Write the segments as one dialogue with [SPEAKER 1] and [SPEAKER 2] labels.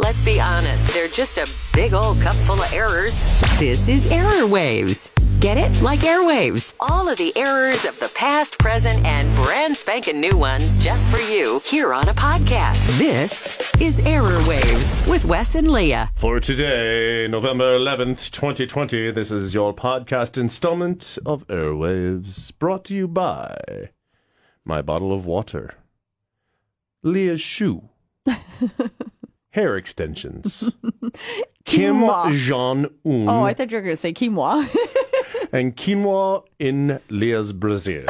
[SPEAKER 1] Let's be honest, they're just a big old cup full of errors.
[SPEAKER 2] This is Error Waves. Get it? Like airwaves.
[SPEAKER 1] All of the errors of the past, present, and brand spanking new ones just for you here on a podcast.
[SPEAKER 2] This is Error Waves with Wes and Leah.
[SPEAKER 3] For today, November 11th, 2020, this is your podcast installment of Airwaves, brought to you by my bottle of water, Leah's shoe, hair extensions, Kim
[SPEAKER 4] Quinoa.
[SPEAKER 3] Jong Un,
[SPEAKER 4] Oh, I thought you were going to say quinoa.
[SPEAKER 3] and quinoa in Leah's Brazil.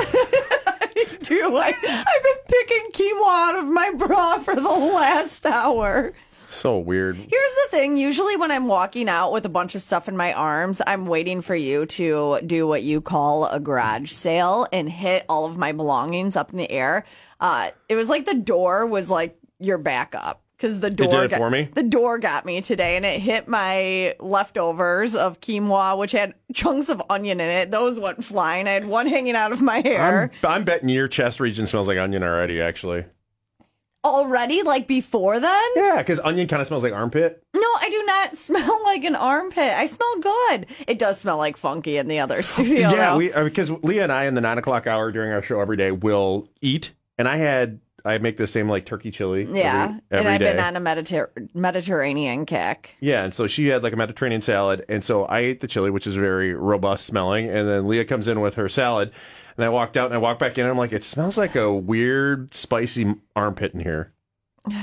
[SPEAKER 4] Do I? I've been picking quinoa out of my bra for the last hour.
[SPEAKER 3] so weird.
[SPEAKER 4] Here's the thing usually, when I'm walking out with a bunch of stuff in my arms, I'm waiting for you to do what you call a garage sale and hit all of my belongings up in the air. Uh, it was like the door was like your backup. Because the door
[SPEAKER 3] did it
[SPEAKER 4] got,
[SPEAKER 3] for me?
[SPEAKER 4] the door got me today, and it hit my leftovers of quinoa, which had chunks of onion in it. Those went flying. I had one hanging out of my hair.
[SPEAKER 3] I'm, I'm betting your chest region smells like onion already, actually.
[SPEAKER 4] already like before then
[SPEAKER 3] Yeah, because onion kind of smells like armpit.
[SPEAKER 4] no i do not smell like an armpit i smell good it does smell like funky in the other studio
[SPEAKER 3] Yeah,
[SPEAKER 4] though.
[SPEAKER 3] we uh, because Leah and I in the nine o'clock hour during our show every day will eat, and I had I make the same like turkey chili.
[SPEAKER 4] yeah
[SPEAKER 3] every, every
[SPEAKER 4] and i've
[SPEAKER 3] day.
[SPEAKER 4] been on a Mediter- mediterranean kick
[SPEAKER 3] yeah, and so she had like a Mediterranean salad, and so I ate the chili, which is very robust smelling, and then Leah comes in with her salad, and I walked out and I walked back in, and I'm like, it smells like a weird spicy armpit in here,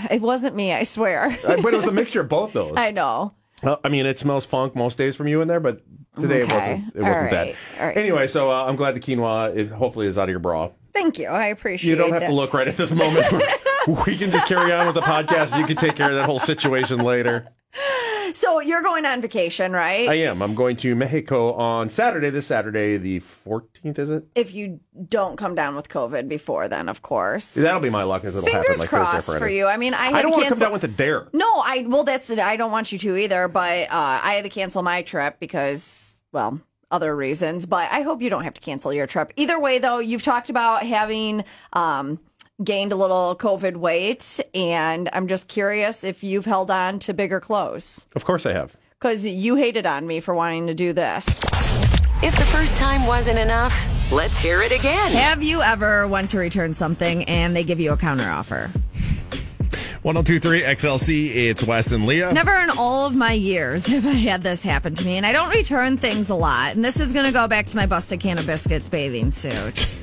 [SPEAKER 4] it wasn't me i swear
[SPEAKER 3] Uh, but it was a mixture of both those.
[SPEAKER 4] i know
[SPEAKER 3] Well, I mean, it smells funk most days from you in there, but today it
[SPEAKER 4] Okay.
[SPEAKER 3] wasn't. It
[SPEAKER 4] All
[SPEAKER 3] wasn't
[SPEAKER 4] right.
[SPEAKER 3] that.
[SPEAKER 4] All right.
[SPEAKER 3] Anyway, so uh, I'm glad the quinoa it hopefully is out of your bra.
[SPEAKER 4] thank you i appreciate
[SPEAKER 3] You don't have
[SPEAKER 4] that.
[SPEAKER 3] to look right at this moment. we can just carry on with the podcast. You can take care of that whole situation later.
[SPEAKER 4] so you're going on vacation right
[SPEAKER 3] I am. I'm going to Mexico on Saturday. This Saturday, the 14th, is it?
[SPEAKER 4] if you don't come down with covid before then of course
[SPEAKER 3] That'll be my luck if it'll happen.
[SPEAKER 4] fingers
[SPEAKER 3] Like Thursday,
[SPEAKER 4] crossed
[SPEAKER 3] Friday.
[SPEAKER 4] for you i mean i, had
[SPEAKER 3] I don't want to come
[SPEAKER 4] cancel-
[SPEAKER 3] down with a dare.
[SPEAKER 4] No, I well, that's it. I don't want you to either. But uh, I had to cancel my trip because, well, other reasons. But I hope you don't have to cancel your trip. Either way, though, you've talked about having um, gained a little COVID weight, and I'm just curious if you've held on to bigger clothes
[SPEAKER 3] Of course I have.
[SPEAKER 4] because you hated on me for wanting to do this.
[SPEAKER 1] If the first time wasn't enough, let's hear it again.
[SPEAKER 4] Have you ever went to return something and they give you a counteroffer?
[SPEAKER 3] 1023 XLC, it's Wes and Leah.
[SPEAKER 4] Never in all of my years have I had this happen to me, and I don't return things a lot. And this is going to go back to my busted can of biscuits bathing suit.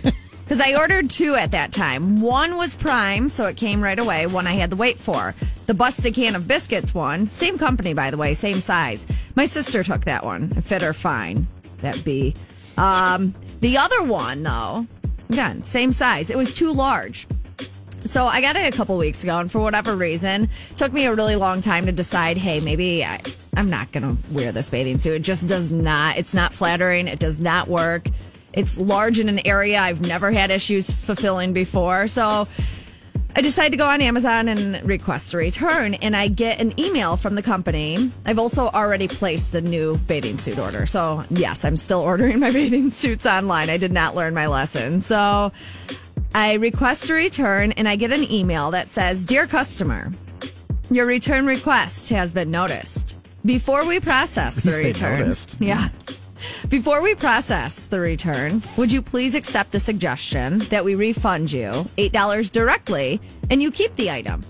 [SPEAKER 4] Because I ordered two at that time. One was prime, so it came right away. One I had to wait for. The busted can of biscuits one, same company, by the way, same size. My sister took that one. It fit her fine. That B. Um, the other one, though, again, same size. It was too large. So I got it a couple weeks ago, and for whatever reason, it took me a really long time to decide. Hey, maybe I, I'm not going to wear this bathing suit. It just does not. It's not flattering. It does not work. It's large in an area I've never had issues fulfilling before. So I decide to go on Amazon and request a return, and I get an email from the company. I've also already placed the new bathing suit order. So, yes, I'm still ordering my bathing suits online. I did not learn my lesson. So, I request a return, and I get an email that says Dear customer, your return request has been noticed. Before we process the
[SPEAKER 3] they
[SPEAKER 4] return,
[SPEAKER 3] noticed.
[SPEAKER 4] yeah. Before we process the return, would you please accept the suggestion that we refund you $8 directly and you keep the item?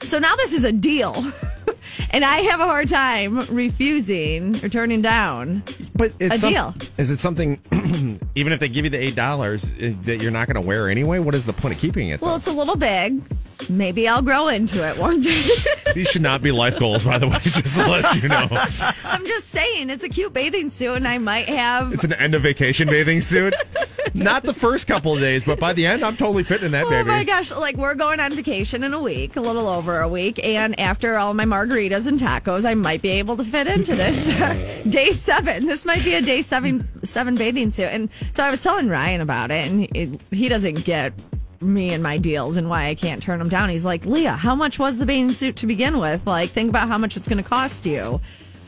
[SPEAKER 4] So now this is a deal. and I have a hard time refusing or turning down.
[SPEAKER 5] But it's
[SPEAKER 4] A
[SPEAKER 5] some-
[SPEAKER 4] deal.
[SPEAKER 5] Is it something? even if they give you the eight dollars that you're not going to wear anyway, what is the point of keeping it?
[SPEAKER 4] Well, it's a little big. Maybe I'll grow into it one day.
[SPEAKER 5] These should not be life goals, by the way. Just to let you know,
[SPEAKER 4] I'm just saying, it's a cute bathing suit and I might have
[SPEAKER 5] it's an end of vacation bathing suit. Not the first couple of days, but by the end, I'm totally fitting in that
[SPEAKER 4] Oh
[SPEAKER 5] baby.
[SPEAKER 4] my gosh, like we're going on vacation in a week, a little over a week, and after all my margaritas and tacos, I might be able to fit into this day 7. This might be a day 7 7 bathing suit. And so I was telling Ryan about it and he, he doesn't get me and my deals and why I can't turn them down. He's like, "Leah, how much was the bathing suit to begin with? Like think about how much it's going to cost you."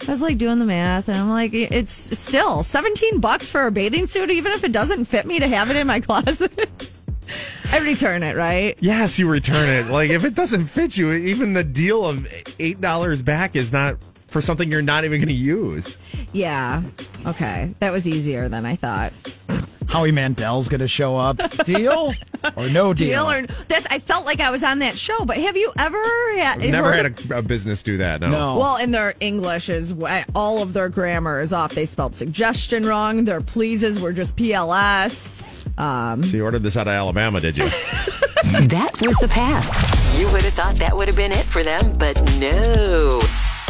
[SPEAKER 4] I was like doing the math and I'm like it's still 17 bucks for a bathing suit even if it doesn't fit me to have it in my closet. I return it, right?
[SPEAKER 5] Yes, you return it. Like if it doesn't fit you, even the deal of eight dollars back is not for something you're not even going to use.
[SPEAKER 4] Yeah. Okay. That was easier than I thought.
[SPEAKER 6] Howie Mandel's going to show up. Deal or no deal?
[SPEAKER 4] Deal or that's I felt like I was on that show, but have you ever had
[SPEAKER 5] Never
[SPEAKER 4] heard
[SPEAKER 5] had a, a business do that. No.
[SPEAKER 6] no.
[SPEAKER 4] Well, and their English is all of their grammar is off. They spelled suggestion wrong. Their pleases were just PLS.
[SPEAKER 5] So you ordered this out of Alabama, did you?
[SPEAKER 2] That was the past.
[SPEAKER 1] You would have thought that would have been it for them, but no.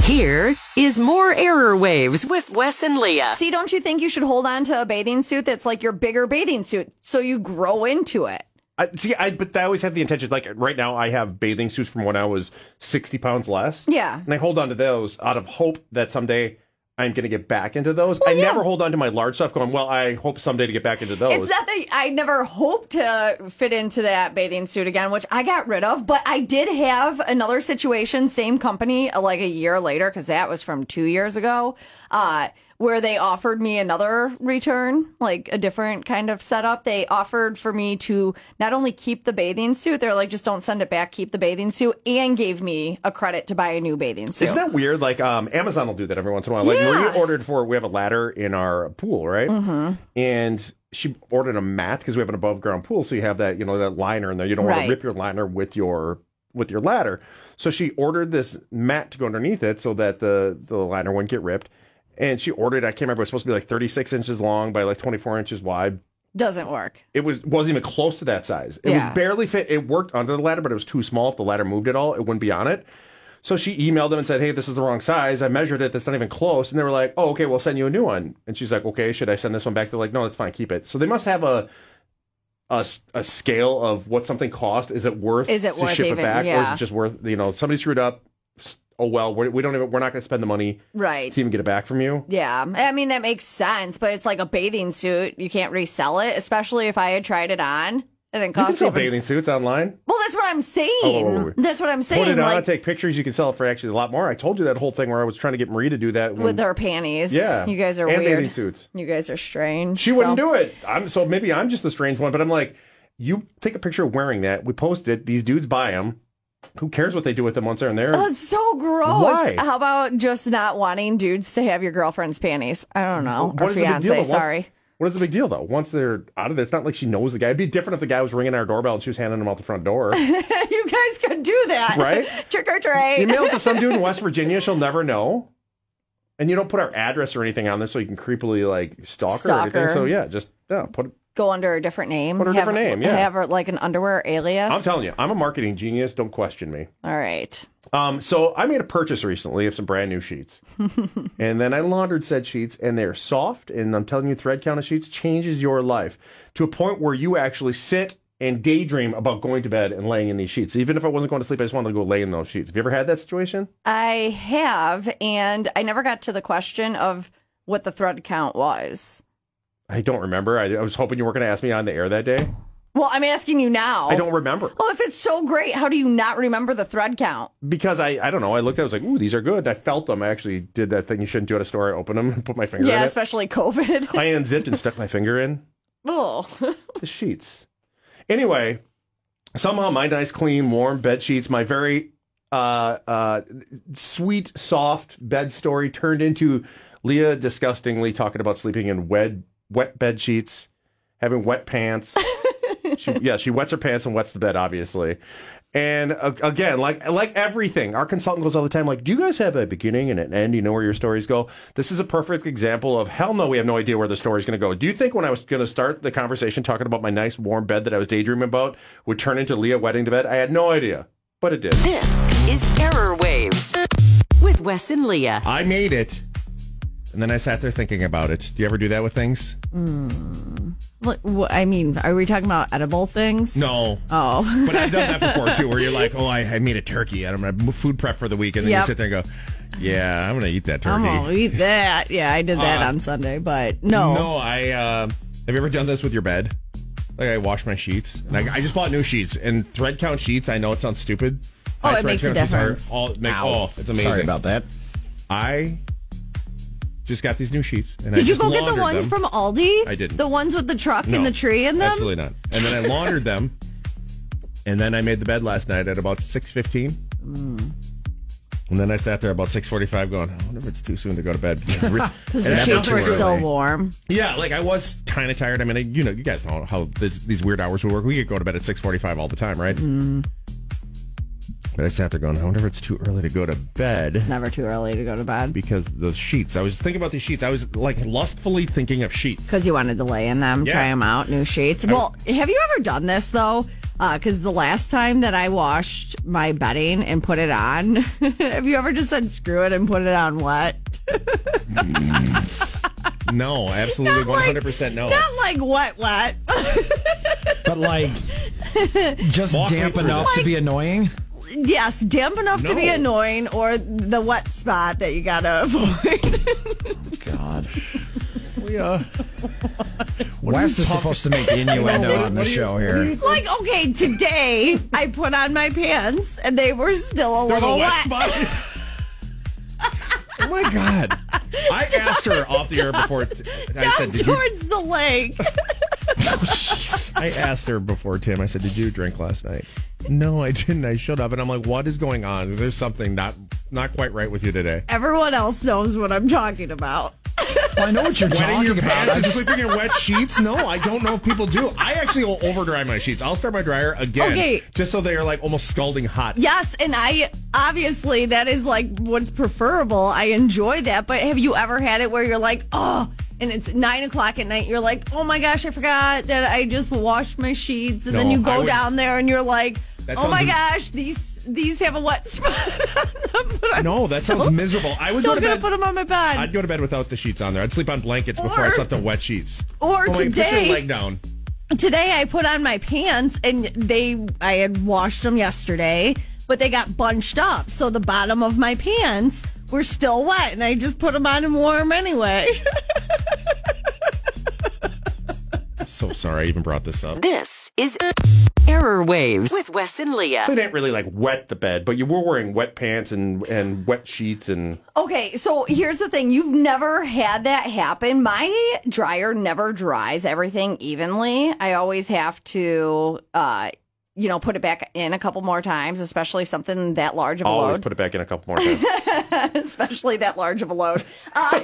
[SPEAKER 1] Here is more error waves with Wes and Leah.
[SPEAKER 4] See, don't you think you should hold on to a bathing suit that's like your bigger bathing suit so you grow into it?
[SPEAKER 3] I, see, I but I always have the intention. Like right now, I have bathing suits from when I was sixty pounds less.
[SPEAKER 4] Yeah.
[SPEAKER 3] and I hold on to those out of hope that someday I'm going to get back into those. I never hold on to my large stuff. Going well, I hope someday to get back into those.
[SPEAKER 4] It's not that I never hoped to fit into that bathing suit again, which I got rid of, but I did have another situation, same company, uh, like a year later, because that was from two years ago, uh, where they offered me another return, like a different kind of setup. They offered for me to not only keep the bathing suit, they're like, just don't send it back, keep the bathing suit, and gave me a credit to buy a new bathing suit.
[SPEAKER 3] Isn't that weird? Like um, Amazon will do that every once in a while. Like
[SPEAKER 4] Yeah.
[SPEAKER 3] Maria ordered for we have a ladder in our pool, right? Mm-hmm. And she ordered a mat because we have an above ground pool, so you have that you know that liner in there. You don't want
[SPEAKER 4] Right.
[SPEAKER 3] to rip your liner with your with your ladder. So she ordered this mat to go underneath it so that the the liner wouldn't get ripped. And she ordered I can't remember it was supposed to be like 36 inches long by like 24 inches wide.
[SPEAKER 4] Doesn't work.
[SPEAKER 3] It was wasn't even close to that size. It
[SPEAKER 4] Yeah.
[SPEAKER 3] was barely fit. It worked under the ladder, but it was too small. If the ladder moved at all, it wouldn't be on it. So she emailed them and said, "Hey, this is the wrong size. I measured it. That's not even close." And they were like, "Oh, okay. We'll send you a new one." And she's like, "Okay, should I send this one back?" They're like, "No, that's fine. Keep it." So they must have a a, s- a scale of what something cost. Is it worth?
[SPEAKER 4] Is it
[SPEAKER 3] to
[SPEAKER 4] worth
[SPEAKER 3] ship
[SPEAKER 4] even-
[SPEAKER 3] it back, or is
[SPEAKER 4] yeah.
[SPEAKER 3] it just worth? You know, somebody screwed up. S- Oh well, we're, we don't even. We're not going to spend the money
[SPEAKER 4] Right.
[SPEAKER 3] to even get it back from you.
[SPEAKER 4] Yeah, I mean that makes sense, but it's like a bathing suit. You can't resell it, especially if I had tried it on and it
[SPEAKER 3] You can
[SPEAKER 4] cost
[SPEAKER 3] sell
[SPEAKER 4] even-
[SPEAKER 3] bathing suits online.
[SPEAKER 4] Well, that's what I'm saying.
[SPEAKER 3] Oh.
[SPEAKER 4] That's what I'm saying.
[SPEAKER 3] Put it on,
[SPEAKER 4] like
[SPEAKER 3] take pictures. You can sell it for actually a lot more. I told you that whole thing where I was trying to get Marie to do that. when-
[SPEAKER 4] with her panties.
[SPEAKER 3] yeah,
[SPEAKER 4] you guys are
[SPEAKER 3] and
[SPEAKER 4] weird.
[SPEAKER 3] bathing suits.
[SPEAKER 4] You guys are strange.
[SPEAKER 3] She wouldn't do it. I'm so maybe I'm just the strange one, but I'm like, you take a picture of wearing that. We post it. These dudes buy them. Who cares what they do with them once they're in there?
[SPEAKER 4] Oh, it's so gross.
[SPEAKER 3] Why?
[SPEAKER 4] How about just not wanting dudes to have your girlfriend's panties? I don't know. or
[SPEAKER 3] What is the big
[SPEAKER 4] fiance,
[SPEAKER 3] deal, though? Once-
[SPEAKER 4] sorry.
[SPEAKER 3] What is the big deal though? Once they're out of there, it's not like she knows the guy. It'd be different if the guy was ringing our doorbell and she was handing him out the front door.
[SPEAKER 4] you guys could do that.
[SPEAKER 3] Right?
[SPEAKER 4] Trick or treat.
[SPEAKER 3] You mail it to some dude in West Virginia, she'll never know. And you don't put our address or anything on there, so you can creepily like stalk, her or
[SPEAKER 4] Stalk her.
[SPEAKER 3] anything. So yeah, just yeah, put it.
[SPEAKER 4] Go under a different name.
[SPEAKER 3] Put her
[SPEAKER 4] have,
[SPEAKER 3] different name, yeah.
[SPEAKER 4] Have her like an underwear alias.
[SPEAKER 3] I'm telling you, I'm a marketing genius. Don't question me.
[SPEAKER 4] All right.
[SPEAKER 3] Um, so I made a purchase recently of some brand new sheets, and then I laundered said sheets, and they're soft. And I'm telling you, thread count of sheets changes your life to a point where you actually sit and daydream about going to bed and laying in these sheets. Even if I wasn't going to sleep, I just wanted to go lay in those sheets. Have you ever had that situation?
[SPEAKER 4] I have, and I never got to the question of what the thread count was.
[SPEAKER 3] I don't remember. I, I was hoping you weren't going to ask me on the air that day.
[SPEAKER 4] Well, I'm asking you now.
[SPEAKER 3] I don't remember
[SPEAKER 4] Well, if it's so great, how do you not remember the thread count?
[SPEAKER 3] because I, I don't know. I looked at it, I was like, ooh, these are good. I felt them. I actually did that thing you shouldn't do at a store. I opened them and put my finger
[SPEAKER 4] yeah,
[SPEAKER 3] in it.
[SPEAKER 4] especially COVID.
[SPEAKER 3] I unzipped and stuck my finger in.
[SPEAKER 4] Ugh.
[SPEAKER 3] the sheets. Anyway, somehow my nice, clean, warm bed sheets, my very uh, uh, sweet, soft bed story turned into Leah disgustingly talking about sleeping in wet, wet bed sheets, having wet pants. she, yeah, she wets her pants and wets the bed, obviously. And uh, again, like like everything, our consultant goes all the time. Like, do you guys have a beginning and an end? You know where your stories go. This is a perfect example of hell no, we have no idea where the story's going to go. Do you think when I was going to start the conversation talking about my nice warm bed that I was daydreaming about would turn into Leah wetting the bed? I had no idea, but it did.
[SPEAKER 1] This is error waves with Wes and Leah.
[SPEAKER 5] I made it. And then I sat there thinking about it. Do you ever do that with things?
[SPEAKER 4] What- what- I mean, are we talking about edible things?
[SPEAKER 5] No.
[SPEAKER 4] Oh.
[SPEAKER 5] But I've done that before too, where you're like, oh, I, I made a turkey and I'm going to food prep for the week. And then
[SPEAKER 4] Yep.
[SPEAKER 5] you sit there and go, yeah, I'm going to eat that turkey.
[SPEAKER 4] I'm gonna eat Oh, that. Yeah, I did that
[SPEAKER 5] Uh,
[SPEAKER 4] on Sunday, but no.
[SPEAKER 5] No, I uh, have you ever done this with your bed? Like I wash my sheets. And I, I just bought new sheets and thread count sheets. I know it sounds stupid.
[SPEAKER 4] Oh,
[SPEAKER 5] My
[SPEAKER 4] it
[SPEAKER 5] thread
[SPEAKER 4] makes a
[SPEAKER 5] count sheets are
[SPEAKER 4] difference.
[SPEAKER 5] All, make, oh, it's amazing.
[SPEAKER 6] Sorry about that.
[SPEAKER 5] I just got these new sheets. And I
[SPEAKER 4] Did you
[SPEAKER 5] just
[SPEAKER 4] go get the
[SPEAKER 5] laundered
[SPEAKER 4] ones
[SPEAKER 5] them.
[SPEAKER 4] from Aldi?
[SPEAKER 5] I didn't.
[SPEAKER 4] The ones with the truck
[SPEAKER 5] No,
[SPEAKER 4] and the tree in them?
[SPEAKER 5] Absolutely not. And then I laundered them. And then I made the bed last night at about six fifteen.
[SPEAKER 4] Hmm.
[SPEAKER 5] And then I sat there about six forty-five, going, "I wonder if it's too soon to go to bed."
[SPEAKER 4] Because the sheets were so warm.
[SPEAKER 5] Yeah, like I was kind of tired. I mean, I, you know, you guys know how this, these weird hours would work. We could go to bed at six forty-five all the time, right?
[SPEAKER 4] Hmm.
[SPEAKER 5] But I sat there going, "I wonder if it's too early to go to bed."
[SPEAKER 4] It's never too early to go to bed
[SPEAKER 5] Because the sheets, I was thinking about these sheets. I was like lustfully thinking of sheets.
[SPEAKER 4] because you wanted to lay in them,
[SPEAKER 5] Yeah.
[SPEAKER 4] try them out, new sheets. Well, have you ever done this though? Because the last time that I washed my bedding and put it on, have you ever just said screw it and put it on wet?
[SPEAKER 5] No, absolutely, one
[SPEAKER 4] like-
[SPEAKER 5] hundred percent no.
[SPEAKER 4] Not like wet, wet.
[SPEAKER 6] But like, just
[SPEAKER 5] Walk me
[SPEAKER 6] damp
[SPEAKER 5] through
[SPEAKER 6] enough
[SPEAKER 5] this.
[SPEAKER 6] to be annoying.
[SPEAKER 4] yes, damp enough to be
[SPEAKER 5] No.
[SPEAKER 4] annoying or the wet spot that you gotta avoid.
[SPEAKER 6] God,
[SPEAKER 5] We, uh,
[SPEAKER 6] Wes is supposed to make the innuendo on the
[SPEAKER 5] What are you-
[SPEAKER 6] show
[SPEAKER 5] what
[SPEAKER 6] here.
[SPEAKER 5] are you-
[SPEAKER 4] like, okay, today I put on my pants and they were still a
[SPEAKER 5] They're
[SPEAKER 4] little
[SPEAKER 5] the
[SPEAKER 4] wet.
[SPEAKER 5] wet spot. oh my god! I asked her off the air before. t- I
[SPEAKER 4] Down
[SPEAKER 5] said, "Did you?"
[SPEAKER 4] towards the lake.
[SPEAKER 5] I asked her before Tim. I said, "Did you drink last night?" No, I didn't. I showed up, and I'm like, "What is going on? Is there something not not quite right with you today?"
[SPEAKER 4] Everyone else knows what I'm talking about.
[SPEAKER 6] Well, I know what you're
[SPEAKER 5] Wetting
[SPEAKER 6] talking
[SPEAKER 5] your
[SPEAKER 6] about.
[SPEAKER 5] pants
[SPEAKER 6] I
[SPEAKER 5] and
[SPEAKER 6] just-
[SPEAKER 5] sleeping in wet sheets? No, I don't know if people do. I actually will over dry my sheets. I'll start my dryer again,
[SPEAKER 4] Okay.
[SPEAKER 5] just so they are like almost scalding hot.
[SPEAKER 4] Yes, and I obviously that is like what's preferable. I enjoy that, but have you ever had it where you're like, oh, and it's nine o'clock at night, you're like, oh my gosh, I forgot that I just washed my sheets, and then
[SPEAKER 5] No,
[SPEAKER 4] you
[SPEAKER 5] I
[SPEAKER 4] go
[SPEAKER 5] would-
[SPEAKER 4] down there and you're like,
[SPEAKER 5] That
[SPEAKER 4] oh my
[SPEAKER 5] sounds-
[SPEAKER 4] gosh, these these have a wet spot on them. But I'm
[SPEAKER 5] No, that sounds
[SPEAKER 4] still-
[SPEAKER 5] miserable. I would
[SPEAKER 4] still
[SPEAKER 5] go to
[SPEAKER 4] gonna
[SPEAKER 5] bed-
[SPEAKER 4] put them on my bed.
[SPEAKER 5] I'd go to bed without the sheets on there. I'd sleep on blankets before I
[SPEAKER 4] Or-
[SPEAKER 5] slept on wet sheets.
[SPEAKER 4] or
[SPEAKER 5] I'm like, put
[SPEAKER 4] today-
[SPEAKER 5] your leg down.
[SPEAKER 4] today I put on my pants and they I had washed them yesterday, but they got bunched up, so the bottom of my pants were still wet, and I just put them on and wore 'em anyway.
[SPEAKER 5] So sorry I even brought this up.
[SPEAKER 1] This is Error Waves with Wes and Leah.
[SPEAKER 3] So it didn't really like wet the bed, but you were wearing wet pants and and wet sheets and
[SPEAKER 4] okay, so here's the thing: you've never had that happen. My dryer never dries everything evenly. I always have to. uh you know, put it back in a couple more times, especially something that large of a
[SPEAKER 3] always
[SPEAKER 4] load.
[SPEAKER 3] put it back in a couple more times.
[SPEAKER 4] especially that large of a load. Uh,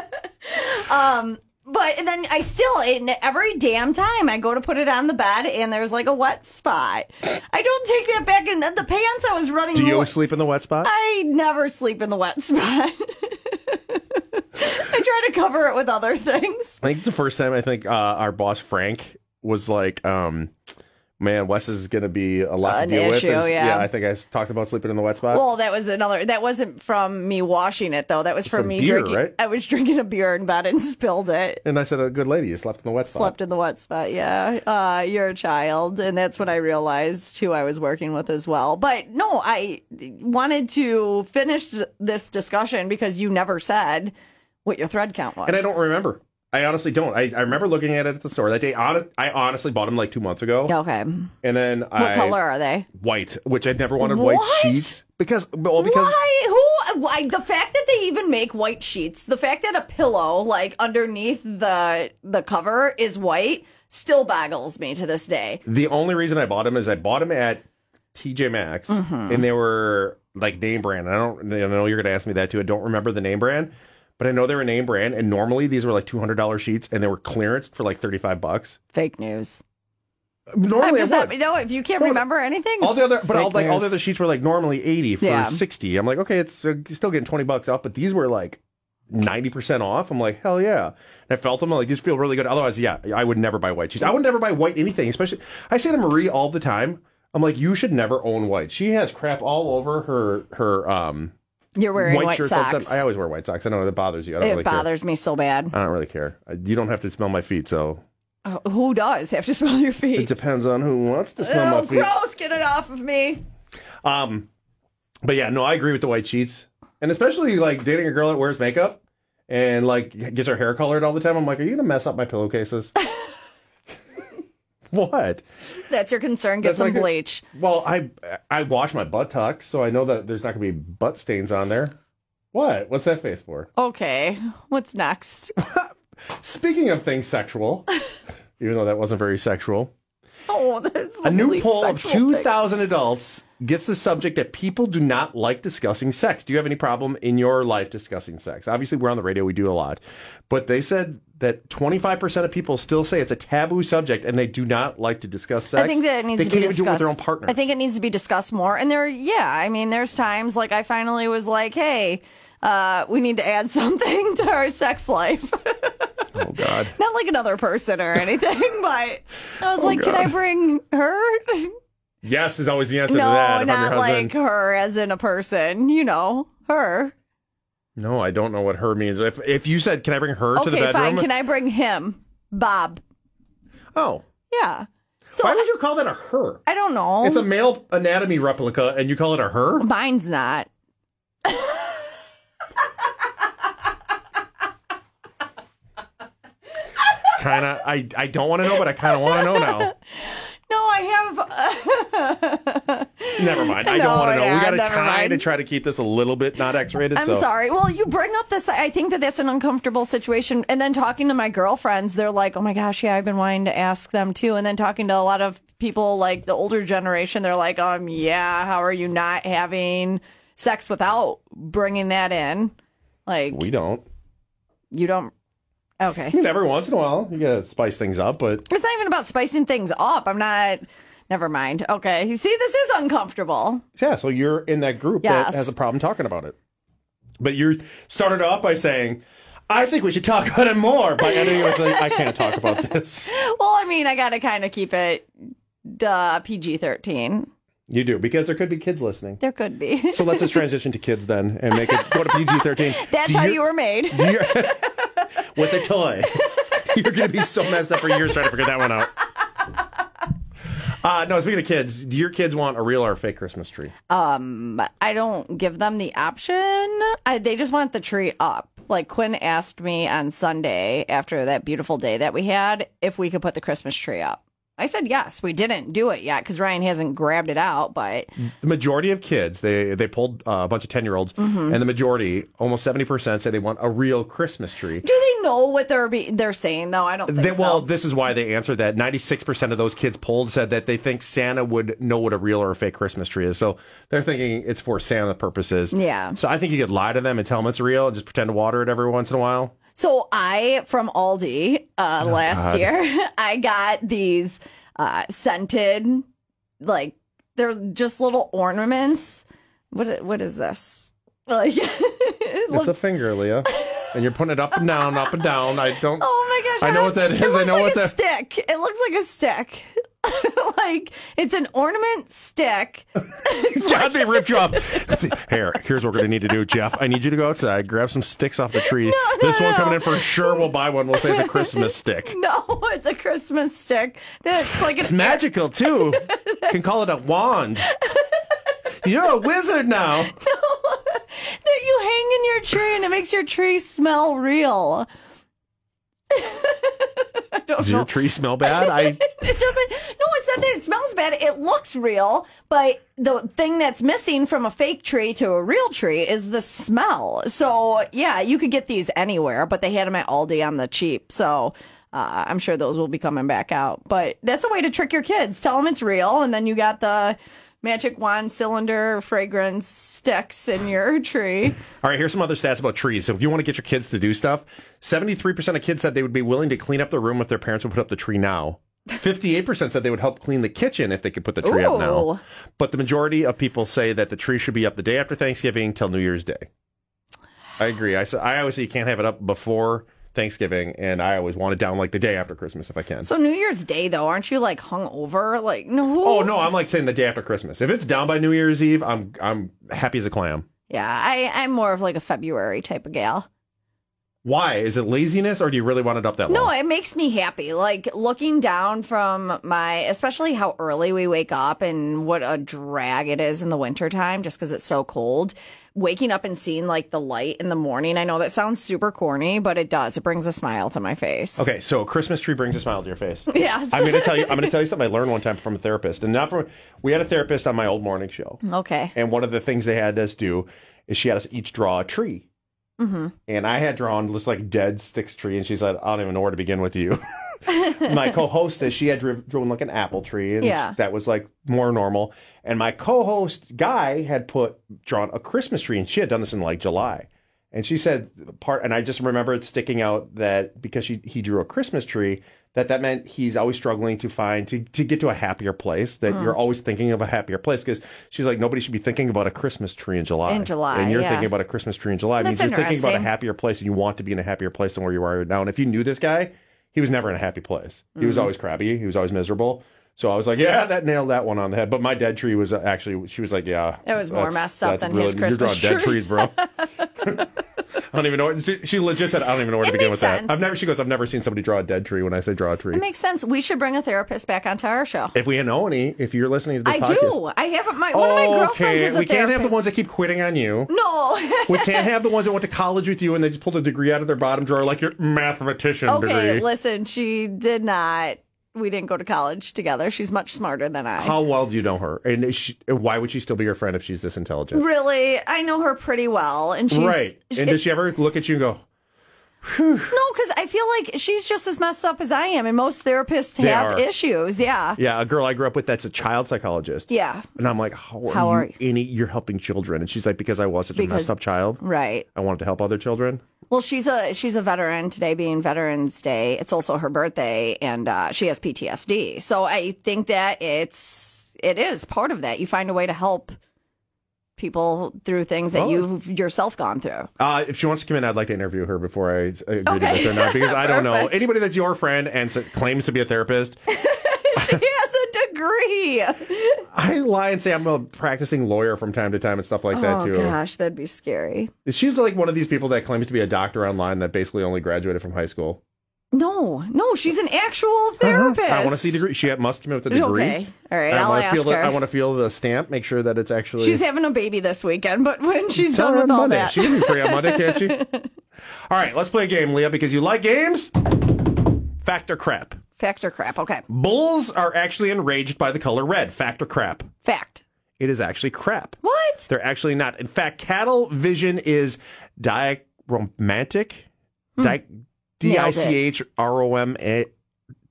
[SPEAKER 4] um, but and then I still, and every damn time I go to put it on the bed, and there's like a wet spot. I don't take that back. And then the pants I was running.
[SPEAKER 3] Do you
[SPEAKER 4] lo-
[SPEAKER 3] sleep in the wet spot?
[SPEAKER 4] I never sleep in the wet spot. I try to cover it with other things.
[SPEAKER 3] I think it's the first time I think uh, our boss Frank was like, um, "Man, Wes is going to be a lot
[SPEAKER 4] An
[SPEAKER 3] to deal
[SPEAKER 4] issue,
[SPEAKER 3] with." Is-
[SPEAKER 4] yeah.
[SPEAKER 3] I think I s- talked about sleeping in the wet spot.
[SPEAKER 4] Well, that was another. That wasn't from me washing it though. That was from,
[SPEAKER 3] from
[SPEAKER 4] me
[SPEAKER 3] beer,
[SPEAKER 4] drinking.
[SPEAKER 3] right?
[SPEAKER 4] I was drinking a beer in bed and spilled it.
[SPEAKER 3] and I said, "A good lady, you slept in the wet
[SPEAKER 4] slept
[SPEAKER 3] spot."
[SPEAKER 4] in the wet spot. Yeah, uh, you're a child, and that's when I realized who I was working with as well. But no, I wanted to finish this discussion because you never said what your thread count was.
[SPEAKER 3] And I don't remember. I honestly don't. I, I remember looking at it at the store that day. Hon- I honestly bought them like two months ago,
[SPEAKER 4] Okay, what
[SPEAKER 3] and then I
[SPEAKER 4] color are they?
[SPEAKER 3] white, which I never wanted white
[SPEAKER 4] What?
[SPEAKER 3] sheets because well because
[SPEAKER 4] why? Who? Why? The fact that they even make white sheets, the fact that a pillow like underneath the the cover is white, still boggles me to this day.
[SPEAKER 3] the only reason I bought them is I bought them at TJ Maxx, and they were like name brand. I don't I know you're going to ask me that too. I don't remember the name brand, but I know they were name brand. And normally these were like two hundred dollars sheets, and they were clearance for like thirty five bucks.
[SPEAKER 4] Fake news. I'm
[SPEAKER 3] Normally, I
[SPEAKER 4] just not,
[SPEAKER 3] would.
[SPEAKER 4] you know, if you can't
[SPEAKER 3] Well,
[SPEAKER 4] remember anything,
[SPEAKER 3] all the
[SPEAKER 4] it's
[SPEAKER 3] other, but
[SPEAKER 4] fake
[SPEAKER 3] all, like all the
[SPEAKER 4] news.
[SPEAKER 3] other sheets were like normally eighty for
[SPEAKER 4] Yeah.
[SPEAKER 3] sixty. I'm like, okay, it's uh, you're still getting twenty bucks off, but these were like. 90% off. I'm like, hell yeah. And I felt them. I'm like, these feel really good. Otherwise, yeah, I would never buy white sheets. I would never buy white anything, especially. I say to Marie all the time, I'm like, you should never own white. She has crap all over her, her, um,
[SPEAKER 4] You're wearing white,
[SPEAKER 3] shirts all the time.
[SPEAKER 4] socks.
[SPEAKER 3] I always wear white socks. I know that bothers you. I don't
[SPEAKER 4] it
[SPEAKER 3] really
[SPEAKER 4] bothers me so bad.
[SPEAKER 3] care. I don't really care. I- You don't have to smell my feet, so
[SPEAKER 4] Uh, Who does have to smell your
[SPEAKER 3] it
[SPEAKER 4] feet?
[SPEAKER 3] depends on who wants to smell
[SPEAKER 4] Oh,
[SPEAKER 3] my feet.
[SPEAKER 4] gross! Get it off of me.
[SPEAKER 3] Um, but yeah, no, I agree with the white sheets, and especially like dating a girl that wears makeup and like gets her hair colored all the time. I'm like, are you gonna mess up my pillowcases? what?
[SPEAKER 4] That's your concern. Get
[SPEAKER 3] That's
[SPEAKER 4] some
[SPEAKER 3] like a-
[SPEAKER 4] bleach.
[SPEAKER 3] Well, I I wash my buttocks, so I know that there's not gonna be butt stains on there. What? What's that face for?
[SPEAKER 4] Okay, what's next?
[SPEAKER 3] Speaking of things sexual, even though that wasn't very sexual,
[SPEAKER 4] Oh, there's
[SPEAKER 3] a new
[SPEAKER 4] lovely
[SPEAKER 3] poll of
[SPEAKER 4] sexual pic-
[SPEAKER 3] 2,000 adults gets the subject that people do not like discussing sex. Do you have any problem in your life discussing sex? Obviously, we're on the radio, we do a lot. But they said that 25% of people still say it's a taboo subject and they do not like to discuss sex.
[SPEAKER 4] I think that it needs
[SPEAKER 3] they
[SPEAKER 4] to
[SPEAKER 3] can't
[SPEAKER 4] be
[SPEAKER 3] even
[SPEAKER 4] discussed.
[SPEAKER 3] do it with their own partners.
[SPEAKER 4] I think it needs to be discussed more. And there, yeah, I mean, there's times like I finally was like, hey, uh, we need to add something to our sex life.
[SPEAKER 3] oh, God. Oh,
[SPEAKER 4] Not like another person or anything, but I was like, can I bring her?
[SPEAKER 3] Yes is always the answer to that.
[SPEAKER 4] no,
[SPEAKER 3] if I'm your
[SPEAKER 4] not
[SPEAKER 3] husband.
[SPEAKER 4] like her as in a person, you know, her.
[SPEAKER 3] No, I don't know what her means. If, if you said, can I bring her to the
[SPEAKER 4] okay,
[SPEAKER 3] bedroom?
[SPEAKER 4] fine. Can I bring him? Bob.
[SPEAKER 3] oh.
[SPEAKER 4] Yeah. So
[SPEAKER 3] Why would you call that a her?
[SPEAKER 4] I don't know.
[SPEAKER 3] It's a male anatomy replica, and you call it a her?
[SPEAKER 4] Mine's not.
[SPEAKER 3] kind of. I, I don't want to know, but I kind of want to know now.
[SPEAKER 4] No, I have.
[SPEAKER 3] Never mind. I
[SPEAKER 4] No,
[SPEAKER 3] don't want to know.
[SPEAKER 4] yeah,
[SPEAKER 3] we got to
[SPEAKER 4] never
[SPEAKER 3] try
[SPEAKER 4] mind.
[SPEAKER 3] to try to keep this a little bit not X-rated.
[SPEAKER 4] I'm
[SPEAKER 3] so.
[SPEAKER 4] sorry. Well, you bring up this. I think that that's an uncomfortable situation. And then talking to my girlfriends, they're like, "Oh my gosh, yeah, I've been wanting to ask them too." And then talking to a lot of people like the older generation, they're like, "Um, yeah, how are you not having sex without bringing that in? Like,
[SPEAKER 3] We don't.
[SPEAKER 4] you don't." Okay.
[SPEAKER 3] I mean, every once in a while, you got to spice things up, but
[SPEAKER 4] It's not even about spicing things up. I'm not. Never mind. Okay. You see, this is uncomfortable.
[SPEAKER 3] yeah. So you're in that group
[SPEAKER 4] Yes.
[SPEAKER 3] that has a problem talking about it. But you started off by saying, "I think we should talk about it more." By ending it with, like, "I can't talk about this."
[SPEAKER 4] Well, I mean, I got to kind of keep it duh, PG 13.
[SPEAKER 3] You do because there could be kids listening.
[SPEAKER 4] There could be.
[SPEAKER 3] So let's just transition to kids then and make it go to PG-13.
[SPEAKER 4] That's
[SPEAKER 3] Do
[SPEAKER 4] how you were made.
[SPEAKER 3] Do you- with a toy. You're going to be so messed up for years trying to figure that one out. Uh, no, speaking of kids, do your kids want a real or a fake Christmas tree?
[SPEAKER 4] I don't give them the option. I, they just want the tree up. Like Quinn asked me on Sunday after that beautiful day that we had if we could put the Christmas tree up. I said yes. We didn't do it yet because Ryan hasn't grabbed it out, but
[SPEAKER 3] The majority of kids, they they pulled uh, a bunch of 10 year olds, and the majority, almost 70%, say they want a real Christmas tree.
[SPEAKER 4] do they know what they're be- they're saying though? I don't think
[SPEAKER 3] They,
[SPEAKER 4] so.
[SPEAKER 3] well, this is why they answered that. 96% of those kids polled said that they think Santa would know what a real or a fake Christmas tree is. So they're thinking it's for Santa purposes.
[SPEAKER 4] Yeah.
[SPEAKER 3] So I think you could lie to them and tell them it's real and just pretend to water it every once in a while.
[SPEAKER 4] So I from Aldi uh,
[SPEAKER 3] Oh,
[SPEAKER 4] last year, I got these uh, scented, like they're just little ornaments. What i- what is this? Like it
[SPEAKER 3] It's
[SPEAKER 4] looks.
[SPEAKER 3] a finger, Leah. And you're putting it up and down, up and down. I don't.
[SPEAKER 4] oh my gosh!
[SPEAKER 3] I know what that
[SPEAKER 4] it
[SPEAKER 3] is. I
[SPEAKER 4] looks
[SPEAKER 3] know
[SPEAKER 4] like
[SPEAKER 3] what
[SPEAKER 4] a
[SPEAKER 3] that-
[SPEAKER 4] stick. It looks like a stick. like it's an ornament stick. It's
[SPEAKER 3] God, they ripped you off. Here, here's what we're gonna need to do, Jeff. I need you to go outside, grab some sticks off the tree. this one coming in for sure. We'll buy one. We'll say it's a Christmas stick.
[SPEAKER 4] no, it's a Christmas stick. That's like
[SPEAKER 3] It's
[SPEAKER 4] an
[SPEAKER 3] magical too. Can call it a wand. You're a wizard now.
[SPEAKER 4] that you hang in your tree and it makes your tree smell real. I don't
[SPEAKER 3] Does your
[SPEAKER 4] know.
[SPEAKER 3] tree smell bad? I
[SPEAKER 4] It doesn't. No, it's not that it smells bad. It looks real, but the thing that's missing from a fake tree to a real tree is the smell. So yeah, you could get these anywhere, but they had them at Aldi on the cheap. So. Uh, I'm sure those will be coming back out, but that's a way to trick your kids. Tell them it's real, and then you got the magic wand cylinder fragrance sticks in your tree.
[SPEAKER 3] All right, here's some other stats about trees. So if you want to get your kids to do stuff, 73% of kids said they would be willing to clean up their room if their parents would put up the tree now. 58% said they would help clean the kitchen if they could put the tree up now.
[SPEAKER 4] Ooh.
[SPEAKER 3] But the majority of people say that the tree should be up the day after Thanksgiving till New Year's Day. I agree. I, s- I always say you can't have it up before Thanksgiving, and I always want it down like the day after Christmas if I can.
[SPEAKER 4] So New Year's Day though, aren't you like hungover? Like no.
[SPEAKER 3] oh, no, I'm like saying the day after Christmas. If it's down by New Year's Eve, I'm I'm happy as a clam.
[SPEAKER 4] Yeah, I, I'm more of like a February type of gal.
[SPEAKER 3] Why? Is it laziness or do you really want it up that
[SPEAKER 4] No,
[SPEAKER 3] long?
[SPEAKER 4] it makes me happy. Like looking down from my, especially how early we wake up and what a drag it is in the wintertime just because it's so cold. Waking up and seeing like the light in the morning. I know that sounds super corny, but it does. It brings a smile to my face.
[SPEAKER 3] Okay, so a Christmas tree brings a smile to your face.
[SPEAKER 4] Yes.
[SPEAKER 3] I'm gonna tell you. I'm gonna tell you something I learned one time from a therapist, and not from. We had a therapist on my old morning show,
[SPEAKER 4] Okay.
[SPEAKER 3] and one of the things they had us do is she had us each draw a tree. Mm-hmm. And I had drawn just like dead sticks tree, and she's like, I don't even know where to begin with you. my co-hostess, she had dri- drawn like an apple tree, and
[SPEAKER 4] Yeah.
[SPEAKER 3] that was like more normal. And my co-host guy had put drawn a Christmas tree, and she had done this in like July. And she said part, and I just remember it sticking out that because she he drew a Christmas tree, that that meant he's always struggling to find to to get to a happier place.
[SPEAKER 4] Hmm.
[SPEAKER 3] That you're always thinking of a happier place because she's like nobody should be thinking about a Christmas tree in July.
[SPEAKER 4] In July,
[SPEAKER 3] and you're
[SPEAKER 4] yeah.
[SPEAKER 3] thinking about a Christmas tree in July
[SPEAKER 4] That's
[SPEAKER 3] means you're thinking about a
[SPEAKER 4] interesting.
[SPEAKER 3] happier place, and you want to be in a happier place than where you are right now. And if you knew this guy, he was never in a happy place. He
[SPEAKER 4] Mm-hmm.
[SPEAKER 3] was always crabby. He was always miserable. So I was like, yeah, that nailed that one on the head. But my dead tree was uh, actually, she was like, yeah,
[SPEAKER 4] It was more
[SPEAKER 3] that's-
[SPEAKER 4] messed up
[SPEAKER 3] that's
[SPEAKER 4] than his Christmas
[SPEAKER 3] You're drawing dead trees,
[SPEAKER 4] tree."
[SPEAKER 3] bro. I don't even know. She- She legit said, I don't even know where to
[SPEAKER 4] It
[SPEAKER 3] begin with
[SPEAKER 4] makes sense.
[SPEAKER 3] that. I've never. She goes, I've never seen somebody draw a dead tree. When I say draw a tree,
[SPEAKER 4] It makes sense. We should bring a therapist back onto our show.
[SPEAKER 3] if we know any, if you're listening to this,
[SPEAKER 4] I
[SPEAKER 3] podcast,
[SPEAKER 4] do. I have my one of my girlfriends
[SPEAKER 3] okay,
[SPEAKER 4] is a
[SPEAKER 3] we
[SPEAKER 4] therapist.
[SPEAKER 3] can't have the ones that keep quitting on you.
[SPEAKER 4] no.
[SPEAKER 3] We can't have the ones that went to college with you and they just pulled a degree out of their bottom drawer like your mathematician
[SPEAKER 4] okay,
[SPEAKER 3] degree.
[SPEAKER 4] listen, she did not. We didn't go to college together. She's much smarter than I.
[SPEAKER 3] How well do you know her? And is she, and why would she still be your friend if she's this intelligent?
[SPEAKER 4] Really, I know her pretty well, and she's
[SPEAKER 3] right.
[SPEAKER 4] she-
[SPEAKER 3] and does she ever look at you and go,
[SPEAKER 4] no, because I feel like she's just as messed up as I am, and most therapists
[SPEAKER 3] They
[SPEAKER 4] have
[SPEAKER 3] are.
[SPEAKER 4] issues. Yeah,
[SPEAKER 3] Yeah, a girl I grew up with that's a child psychologist.
[SPEAKER 4] yeah,
[SPEAKER 3] And I'm like, How are,
[SPEAKER 4] How
[SPEAKER 3] you,
[SPEAKER 4] are you?"
[SPEAKER 3] any you're helping children? And she's like, Because I was such a
[SPEAKER 4] Because-
[SPEAKER 3] messed up child.
[SPEAKER 4] right.
[SPEAKER 3] I wanted to help other children.
[SPEAKER 4] Well, she's a she's a veteran today, being Veterans Day. It's also her birthday, and uh, she has PTSD. So I think that it's it is part of that. You find a way to help people through things that
[SPEAKER 3] Well,
[SPEAKER 4] you've yourself gone through.
[SPEAKER 3] Uh, if she wants to come in, I'd like to interview her before I s- uh, agree to this
[SPEAKER 4] Okay.
[SPEAKER 3] or not, because I don't know.
[SPEAKER 4] Perfect.
[SPEAKER 3] Anybody that's your friend and s- claims to be a therapist,
[SPEAKER 4] she has a degree.
[SPEAKER 3] I lie and say I'm a practicing lawyer from time to time and stuff like that,
[SPEAKER 4] Oh
[SPEAKER 3] too.
[SPEAKER 4] gosh, that'd be scary.
[SPEAKER 3] She's like one of these people that claims to be a doctor online that basically only graduated from high school.
[SPEAKER 4] No, no, she's an actual therapist.
[SPEAKER 3] Uh-huh. I want to see degree. She must come out with a degree.
[SPEAKER 4] Okay, all right,
[SPEAKER 3] And I
[SPEAKER 4] I'll
[SPEAKER 3] wanna
[SPEAKER 4] ask
[SPEAKER 3] feel the,
[SPEAKER 4] her.
[SPEAKER 3] I want to feel the stamp. Make sure that it's actually.
[SPEAKER 4] She's having a baby this weekend, but when she's
[SPEAKER 3] Tell
[SPEAKER 4] done
[SPEAKER 3] her on
[SPEAKER 4] with all
[SPEAKER 3] Monday.
[SPEAKER 4] that,
[SPEAKER 3] She can be free on Monday, can't she? All right, let's play a game, Leah, because you like games. Fact or crap?
[SPEAKER 4] fact or crap? Okay,
[SPEAKER 3] Bulls are actually enraged by the color red. Fact or crap?
[SPEAKER 4] fact.
[SPEAKER 3] It is actually crap.
[SPEAKER 4] What?
[SPEAKER 3] They're actually not. In fact, cattle vision is dichromatic.
[SPEAKER 4] Hmm.
[SPEAKER 3] Di- D I C H R O M A.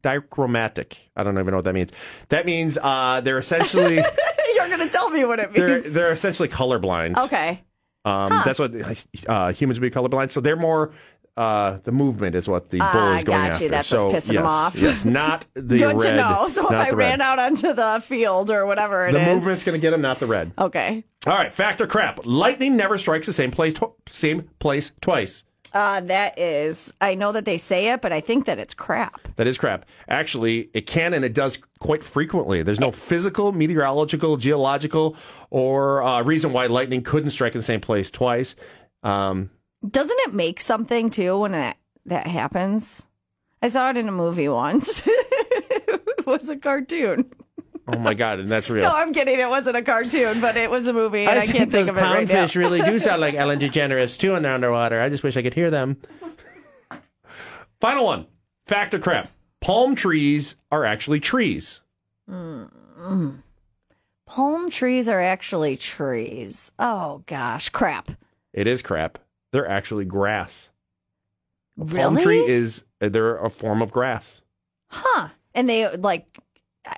[SPEAKER 3] Dichromatic. I don't even know what that means. That means uh, they're essentially
[SPEAKER 4] You're gonna tell me what it
[SPEAKER 3] they're
[SPEAKER 4] means?
[SPEAKER 3] they're essentially colorblind.
[SPEAKER 4] okay,
[SPEAKER 3] Um, That's what uh, humans would be colorblind. So they're more. Uh, the movement is what the bull
[SPEAKER 4] Ah,
[SPEAKER 3] is going
[SPEAKER 4] got
[SPEAKER 3] after.
[SPEAKER 4] you. That's
[SPEAKER 3] so,
[SPEAKER 4] what's pissing
[SPEAKER 3] yes,
[SPEAKER 4] 'em off.
[SPEAKER 3] Yes, not the
[SPEAKER 4] good
[SPEAKER 3] red.
[SPEAKER 4] to know. So if
[SPEAKER 3] not
[SPEAKER 4] I
[SPEAKER 3] the red.
[SPEAKER 4] ran out onto the field or whatever it
[SPEAKER 3] the
[SPEAKER 4] is,
[SPEAKER 3] movement's going to get him, not the red.
[SPEAKER 4] okay,
[SPEAKER 3] All right, fact or crap? Lightning never strikes the same place, tw- same place twice.
[SPEAKER 4] uh, that is. I know that they say it, but I think that it's crap.
[SPEAKER 3] That is crap. Actually, it can and it does quite frequently. There's no physical, meteorological, geological, or uh, reason why lightning couldn't strike in the same place twice. Um,
[SPEAKER 4] Doesn't it make something too when that that happens? I saw it in a movie once. it was a cartoon.
[SPEAKER 3] oh my god, and that's real.
[SPEAKER 4] No, I'm kidding. It wasn't a cartoon, but it was a movie, and I, can't think
[SPEAKER 3] those
[SPEAKER 4] of it right now.
[SPEAKER 3] clownfish really do sound like Ellen DeGeneres too when they're underwater. I just wish I could hear them. Final one: fact or crap? Palm trees are actually trees.
[SPEAKER 4] Palm trees are actually trees. Oh gosh, crap!
[SPEAKER 3] It is crap. They're actually grass.
[SPEAKER 4] Really?
[SPEAKER 3] Palm tree is uh, they're a form of grass.
[SPEAKER 4] huh? And they like,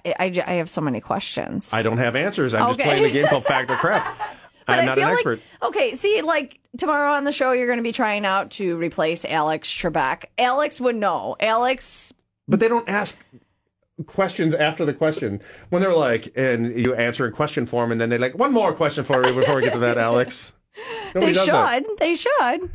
[SPEAKER 4] I, I, I have so many questions.
[SPEAKER 3] I don't have answers. I'm just
[SPEAKER 4] Okay.
[SPEAKER 3] playing a game called fact or crap.
[SPEAKER 4] But
[SPEAKER 3] I'm not
[SPEAKER 4] feel
[SPEAKER 3] an
[SPEAKER 4] like,
[SPEAKER 3] expert.
[SPEAKER 4] Okay, see, like tomorrow on the show, you're going to be trying out to replace Alex Trebek. Alex would know. Alex,
[SPEAKER 3] But they don't ask questions after the question when they're like, and you answer in question form, and then they're like, one more question for me before we get to that, Alex. Nobody
[SPEAKER 4] they
[SPEAKER 3] does
[SPEAKER 4] should.
[SPEAKER 3] that.
[SPEAKER 4] They should.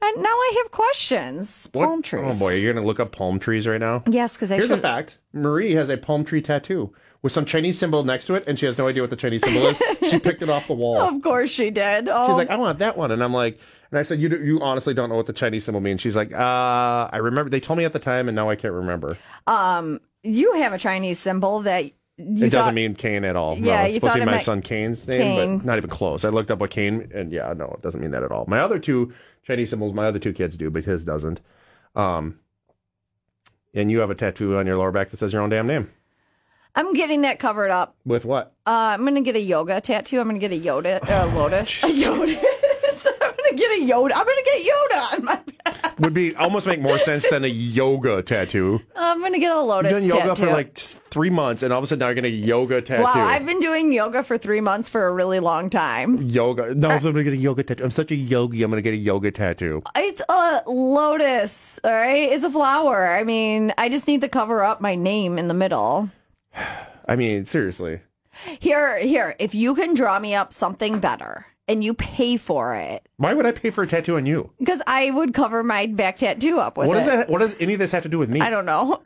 [SPEAKER 4] And now I have questions.
[SPEAKER 3] What-
[SPEAKER 4] Palm trees.
[SPEAKER 3] Oh boy, you're gonna look up palm trees right now.
[SPEAKER 4] Yes, because I
[SPEAKER 3] Here's
[SPEAKER 4] should.
[SPEAKER 3] a fact: Marie has a palm tree tattoo, with some Chinese symbol next to it, and she has no idea what the Chinese symbol is. She picked it off the wall.
[SPEAKER 4] Of course she did. Oh,
[SPEAKER 3] She's like, I want that one. And I'm like, and I said, you, do- you honestly don't know what the Chinese symbol means. She's like, uh, I remember. They told me at the time, and now I can't remember.
[SPEAKER 4] you have a Chinese symbol that you
[SPEAKER 3] it
[SPEAKER 4] thought-
[SPEAKER 3] doesn't mean Kane at all.
[SPEAKER 4] Yeah,
[SPEAKER 3] no,
[SPEAKER 4] you
[SPEAKER 3] it's supposed
[SPEAKER 4] thought
[SPEAKER 3] to be
[SPEAKER 4] it
[SPEAKER 3] my
[SPEAKER 4] meant
[SPEAKER 3] son Kane's name,
[SPEAKER 4] Kane.
[SPEAKER 3] but not even close. I looked up what Kane, and yeah, no, it doesn't mean that at all. My other two Chinese symbols, my other two kids do, but his doesn't. Um, and you have a tattoo on your lower back that says your own damn name.
[SPEAKER 4] I'm getting that covered up.
[SPEAKER 3] With what?
[SPEAKER 4] Uh, I'm gonna get a yoga tattoo. I'm gonna get a Yoda,
[SPEAKER 3] Oh,
[SPEAKER 4] uh, lotus, a Yoda. I'm gonna get a Yoda. I'm gonna get Yoda on my. back.
[SPEAKER 3] Would be almost make more sense than a yoga tattoo.
[SPEAKER 4] I'm gonna get a lotus.
[SPEAKER 3] You've done yoga
[SPEAKER 4] tattoo.
[SPEAKER 3] for like s- three months, and all of a sudden now you're getting a yoga tattoo.
[SPEAKER 4] Wow, I've been doing yoga for three months for a really long time.
[SPEAKER 3] yoga. No, I'm gonna get a yoga tattoo. I'm such a yogi. I'm gonna get a yoga tattoo.
[SPEAKER 4] It's a lotus, all right? It's a flower. I mean, I just need to cover up my name in the middle.
[SPEAKER 3] I mean, seriously.
[SPEAKER 4] Here, here, if you can draw me up something better and you pay for it,
[SPEAKER 3] Why would I pay for a tattoo on you?
[SPEAKER 4] because I would cover my back tattoo up with
[SPEAKER 3] What
[SPEAKER 4] it.
[SPEAKER 3] does that? What does any of this have to do with me?
[SPEAKER 4] I don't know.